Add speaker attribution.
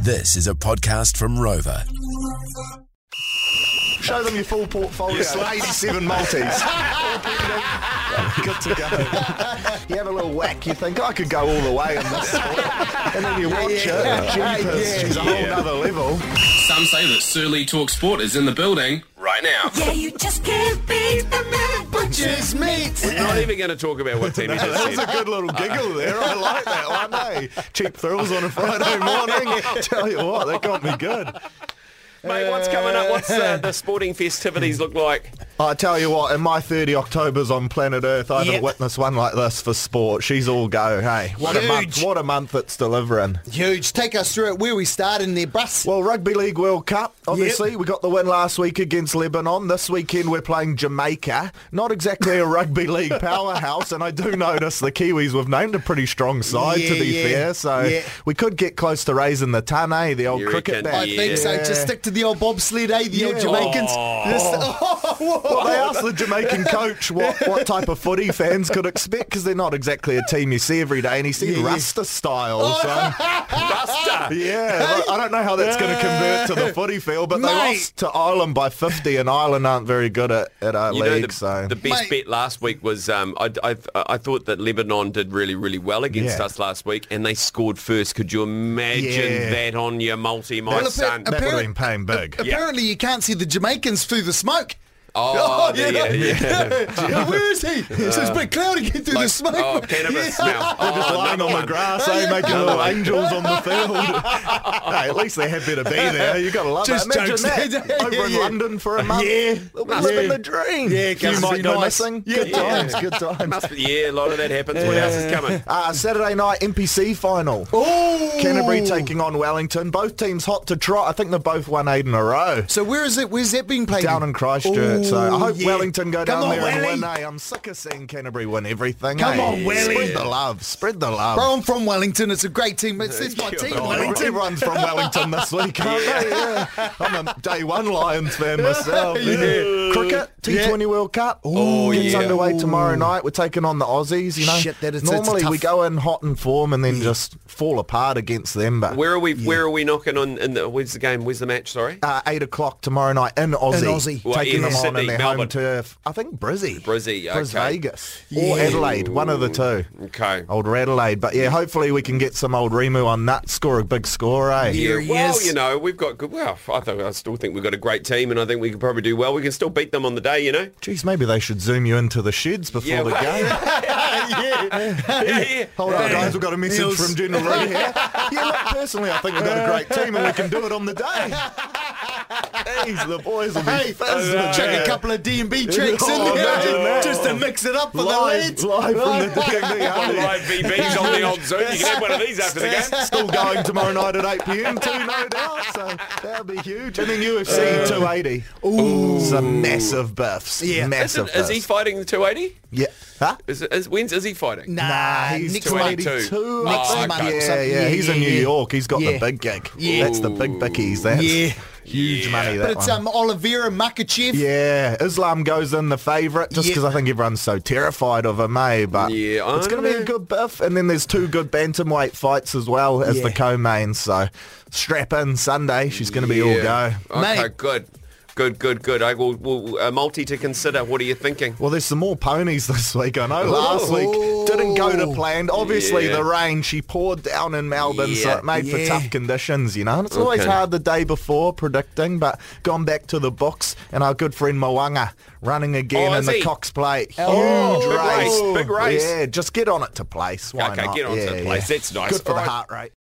Speaker 1: This is a podcast from Rover.
Speaker 2: Show them your full portfolio. 87 Maltese. Good to go. You have a little whack. You think "Oh, I could go all the way in this, sport. and then you watch it. Jeepers, she's a whole other level.
Speaker 3: Some say that Surly Talk Sport is in the building right now.
Speaker 4: Yeah, you just can't beat the man butcher's meat.
Speaker 5: We're not even going to talk about what team he just
Speaker 2: That was
Speaker 5: said.
Speaker 2: a good little giggle there. I like that one, eh? Cheap thrills on a Friday morning. Tell you what, that got me good.
Speaker 5: Mate, what's coming up? What's uh, the sporting festivities look like?
Speaker 2: I tell you what, in my 30 Octobers on planet Earth, I haven't
Speaker 6: Yep.
Speaker 2: witnessed one like this for sport. She's all go, hey. What a month.
Speaker 6: Huge.
Speaker 2: What a month it's delivering.
Speaker 6: Huge. Take us through it where we start in there, bus.
Speaker 2: Well, Rugby League World Cup, obviously. We got the win last week against Lebanon. This weekend we're playing Jamaica. Not exactly a rugby league powerhouse, and I do notice the Kiwis we've named a pretty strong side, to
Speaker 6: Yeah,
Speaker 2: be
Speaker 6: yeah,
Speaker 2: fair. So
Speaker 6: yeah.
Speaker 2: we could get close to raising the ton, eh? The old
Speaker 5: You
Speaker 2: cricket
Speaker 5: reckon?
Speaker 2: bat.
Speaker 6: I think so.
Speaker 2: Yeah.
Speaker 6: Just stick to the old bobsled, eh? The old
Speaker 2: Yeah. Oh,
Speaker 6: Jamaicans. Just-
Speaker 2: Well, they asked the Jamaican coach what, what type of footy fans could expect because they're not exactly a team you see every day, and he said
Speaker 6: Yeah, Oh, yeah.
Speaker 2: Rasta style. So.
Speaker 5: Buster!
Speaker 2: Yeah, I I don't know how that's going to convert to the footy field, but they
Speaker 6: Mate.
Speaker 2: lost to Ireland by 50, and Ireland aren't very good at, at our
Speaker 5: You know,
Speaker 2: league.
Speaker 5: the,
Speaker 2: so
Speaker 5: the best
Speaker 6: Mate.
Speaker 5: bet last week was um, I, I, I thought that Lebanon did really, really well against
Speaker 2: Yeah.
Speaker 5: us last week, and they scored first. Could you imagine
Speaker 2: Yeah.
Speaker 5: that on your multi, my
Speaker 6: Well, if it-
Speaker 5: son?
Speaker 2: that would have been
Speaker 6: apparent-
Speaker 2: paying big.
Speaker 6: Apparently, you can't see the Jamaicans through the smoke.
Speaker 5: Oh, yeah,
Speaker 6: Where is he? so it's been cloudy getting through the smoke.
Speaker 5: oh, cannabis
Speaker 6: Yeah.
Speaker 5: smell. Oh,
Speaker 2: Just lying
Speaker 5: another
Speaker 2: on the
Speaker 5: one.
Speaker 2: grass, eh, making
Speaker 5: Another
Speaker 2: little
Speaker 5: one.
Speaker 2: angels on the field. hey, at least they had better be there. You got to love
Speaker 6: Just
Speaker 2: that. Imagine
Speaker 6: jokes.
Speaker 2: that
Speaker 6: Yeah,
Speaker 2: over in
Speaker 6: yeah.
Speaker 2: London for a month.
Speaker 6: Yeah.
Speaker 2: They'll be living
Speaker 6: Yeah.
Speaker 2: the dream.
Speaker 6: Yeah,
Speaker 2: you
Speaker 6: must
Speaker 2: might
Speaker 6: be
Speaker 2: go
Speaker 6: nice.
Speaker 2: missing.
Speaker 6: Yeah.
Speaker 2: Good
Speaker 6: Yeah.
Speaker 2: times. Good times.
Speaker 5: Must be- yeah, a lot of that happens. What else is coming?
Speaker 2: Uh, Saturday night NPC final.
Speaker 6: Oh.
Speaker 2: Canterbury taking on Wellington. Both teams hot to trot. I think they've both won eight in a row.
Speaker 6: So where is it? Where's that being played?
Speaker 2: down in Christchurch. so I
Speaker 6: Ooh,
Speaker 2: hope
Speaker 6: yeah.
Speaker 2: Wellington go down
Speaker 6: Come on,
Speaker 2: there
Speaker 6: Welly.
Speaker 2: and win. Eh? I'm sick of seeing Canterbury win everything.
Speaker 6: Come
Speaker 2: eh?
Speaker 6: on, Welly.
Speaker 2: Spread the love. Spread the love.
Speaker 6: Bro, I'm from Wellington. It's a great team. It's, it's my team,
Speaker 2: Oh,
Speaker 6: Wellington.
Speaker 2: Everyone's from Wellington this week, aren't they? Yeah. I'm a day one Lions fan myself. yeah. Cricket, T20 World Cup.
Speaker 5: Oh,
Speaker 2: gets
Speaker 5: yeah.
Speaker 2: underway tomorrow night. We're taking on the Aussies, you know.
Speaker 6: Shit, that is- it's a
Speaker 2: Normally we
Speaker 6: tough-
Speaker 2: go in hot and form and then just fall apart against them. But
Speaker 5: Where are we? Where are we knocking on? In the, where's the game? Where's the match? Sorry.
Speaker 2: uh, 8 o'clock tomorrow night in Aussie.
Speaker 6: Aussie.
Speaker 5: Well,
Speaker 2: taking
Speaker 5: in
Speaker 2: them on
Speaker 5: Sydney,
Speaker 2: in their
Speaker 5: Melbourne.
Speaker 2: home turf. I think Brizzy.
Speaker 5: Brizzy,
Speaker 2: Bris
Speaker 5: okay.
Speaker 2: Vegas. Or Adelaide, one of the two.
Speaker 5: Okay.
Speaker 2: Old Adelaide. But yeah, hopefully we can get some old Remu on that, score a big score, eh?
Speaker 5: Yeah,
Speaker 6: he
Speaker 5: well,
Speaker 6: is.
Speaker 5: you know, we've got good. Well, I think I still think we've got a great team, and I think we can probably do well. We can still beat them on the day, you know.
Speaker 2: Geez, maybe they should zoom you into the sheds before
Speaker 5: Yeah,
Speaker 2: the
Speaker 5: well-
Speaker 2: game.
Speaker 5: Yeah, yeah.
Speaker 2: Hold on, guys, we've got a message
Speaker 6: Niels.
Speaker 2: from General Reed here. Yeah, look, personally, I think we've got a great team and we can do it on the day. Jeez, the boys will be
Speaker 6: Hey,
Speaker 2: fizzing.
Speaker 6: chuck a couple of D&B tricks
Speaker 2: Oh,
Speaker 6: in
Speaker 2: imagine
Speaker 6: there
Speaker 2: that.
Speaker 6: just to mix it up for
Speaker 2: Live,
Speaker 6: the
Speaker 2: live from the D&D, aren't we?
Speaker 5: Live VBs on the old Zoom. You can have one of these after the game.
Speaker 2: Still going tomorrow night at 8 p.m. too, no doubt. So that'll be huge. And then UFC 280. Ooh. Some massive buffs.
Speaker 6: Yeah.
Speaker 2: Massive
Speaker 5: Isn't, is he
Speaker 2: buffs.
Speaker 5: fighting the 280?
Speaker 2: Yeah. Huh?
Speaker 5: Is, is, when's is he fighting?
Speaker 6: Nah,
Speaker 2: he's
Speaker 6: next
Speaker 5: 22.
Speaker 6: month.
Speaker 2: 22.
Speaker 6: Next
Speaker 2: I think.
Speaker 6: month.
Speaker 2: Yeah,
Speaker 6: So-
Speaker 2: yeah,
Speaker 6: yeah,
Speaker 2: He's in
Speaker 6: yeah,
Speaker 2: New
Speaker 6: yeah.
Speaker 2: York. He's got the
Speaker 6: Yeah.
Speaker 2: big gig.
Speaker 6: Yeah.
Speaker 2: That's the big bickies. That's
Speaker 6: Yeah.
Speaker 2: huge money, that
Speaker 6: But it's
Speaker 2: one.
Speaker 6: um, Oliveira Makachev.
Speaker 2: Yeah, Islam goes in the favourite just
Speaker 6: Yeah.
Speaker 2: because I think everyone's so terrified of him, eh? But
Speaker 5: Yeah, I
Speaker 2: it's going to be
Speaker 5: don't
Speaker 2: a
Speaker 5: know.
Speaker 2: good biff. And then there's two good bantamweight fights as well as the
Speaker 6: Yeah.
Speaker 2: co-main. So strap in Sunday. She's going to be all go.
Speaker 5: Yeah. Oh, Okay,
Speaker 6: Mate.
Speaker 5: good. Good, good, good. I will, will uh, multi to consider. What are you thinking?
Speaker 2: Well, there's some more ponies this week. I know last week didn't go to plan. Obviously,
Speaker 5: Yeah.
Speaker 2: the rain she poured down in Melbourne, so
Speaker 5: Yeah.
Speaker 2: it made for
Speaker 6: Yeah.
Speaker 2: tough conditions. You know, and it's always
Speaker 5: Okay.
Speaker 2: hard the day before predicting, but gone back to the books. And our good friend Moanga running again
Speaker 5: Oh,
Speaker 2: in
Speaker 5: is
Speaker 2: the
Speaker 5: he?
Speaker 2: Cox Plate. Huge
Speaker 6: Oh,
Speaker 5: big race,
Speaker 2: race,
Speaker 5: big race.
Speaker 2: Yeah, just get on it to place. Why
Speaker 5: Okay,
Speaker 2: not?
Speaker 5: get on to
Speaker 2: Yeah,
Speaker 5: place.
Speaker 2: yeah.
Speaker 5: That's nice.
Speaker 2: Good for
Speaker 5: All
Speaker 2: the
Speaker 5: right.
Speaker 2: heart rate.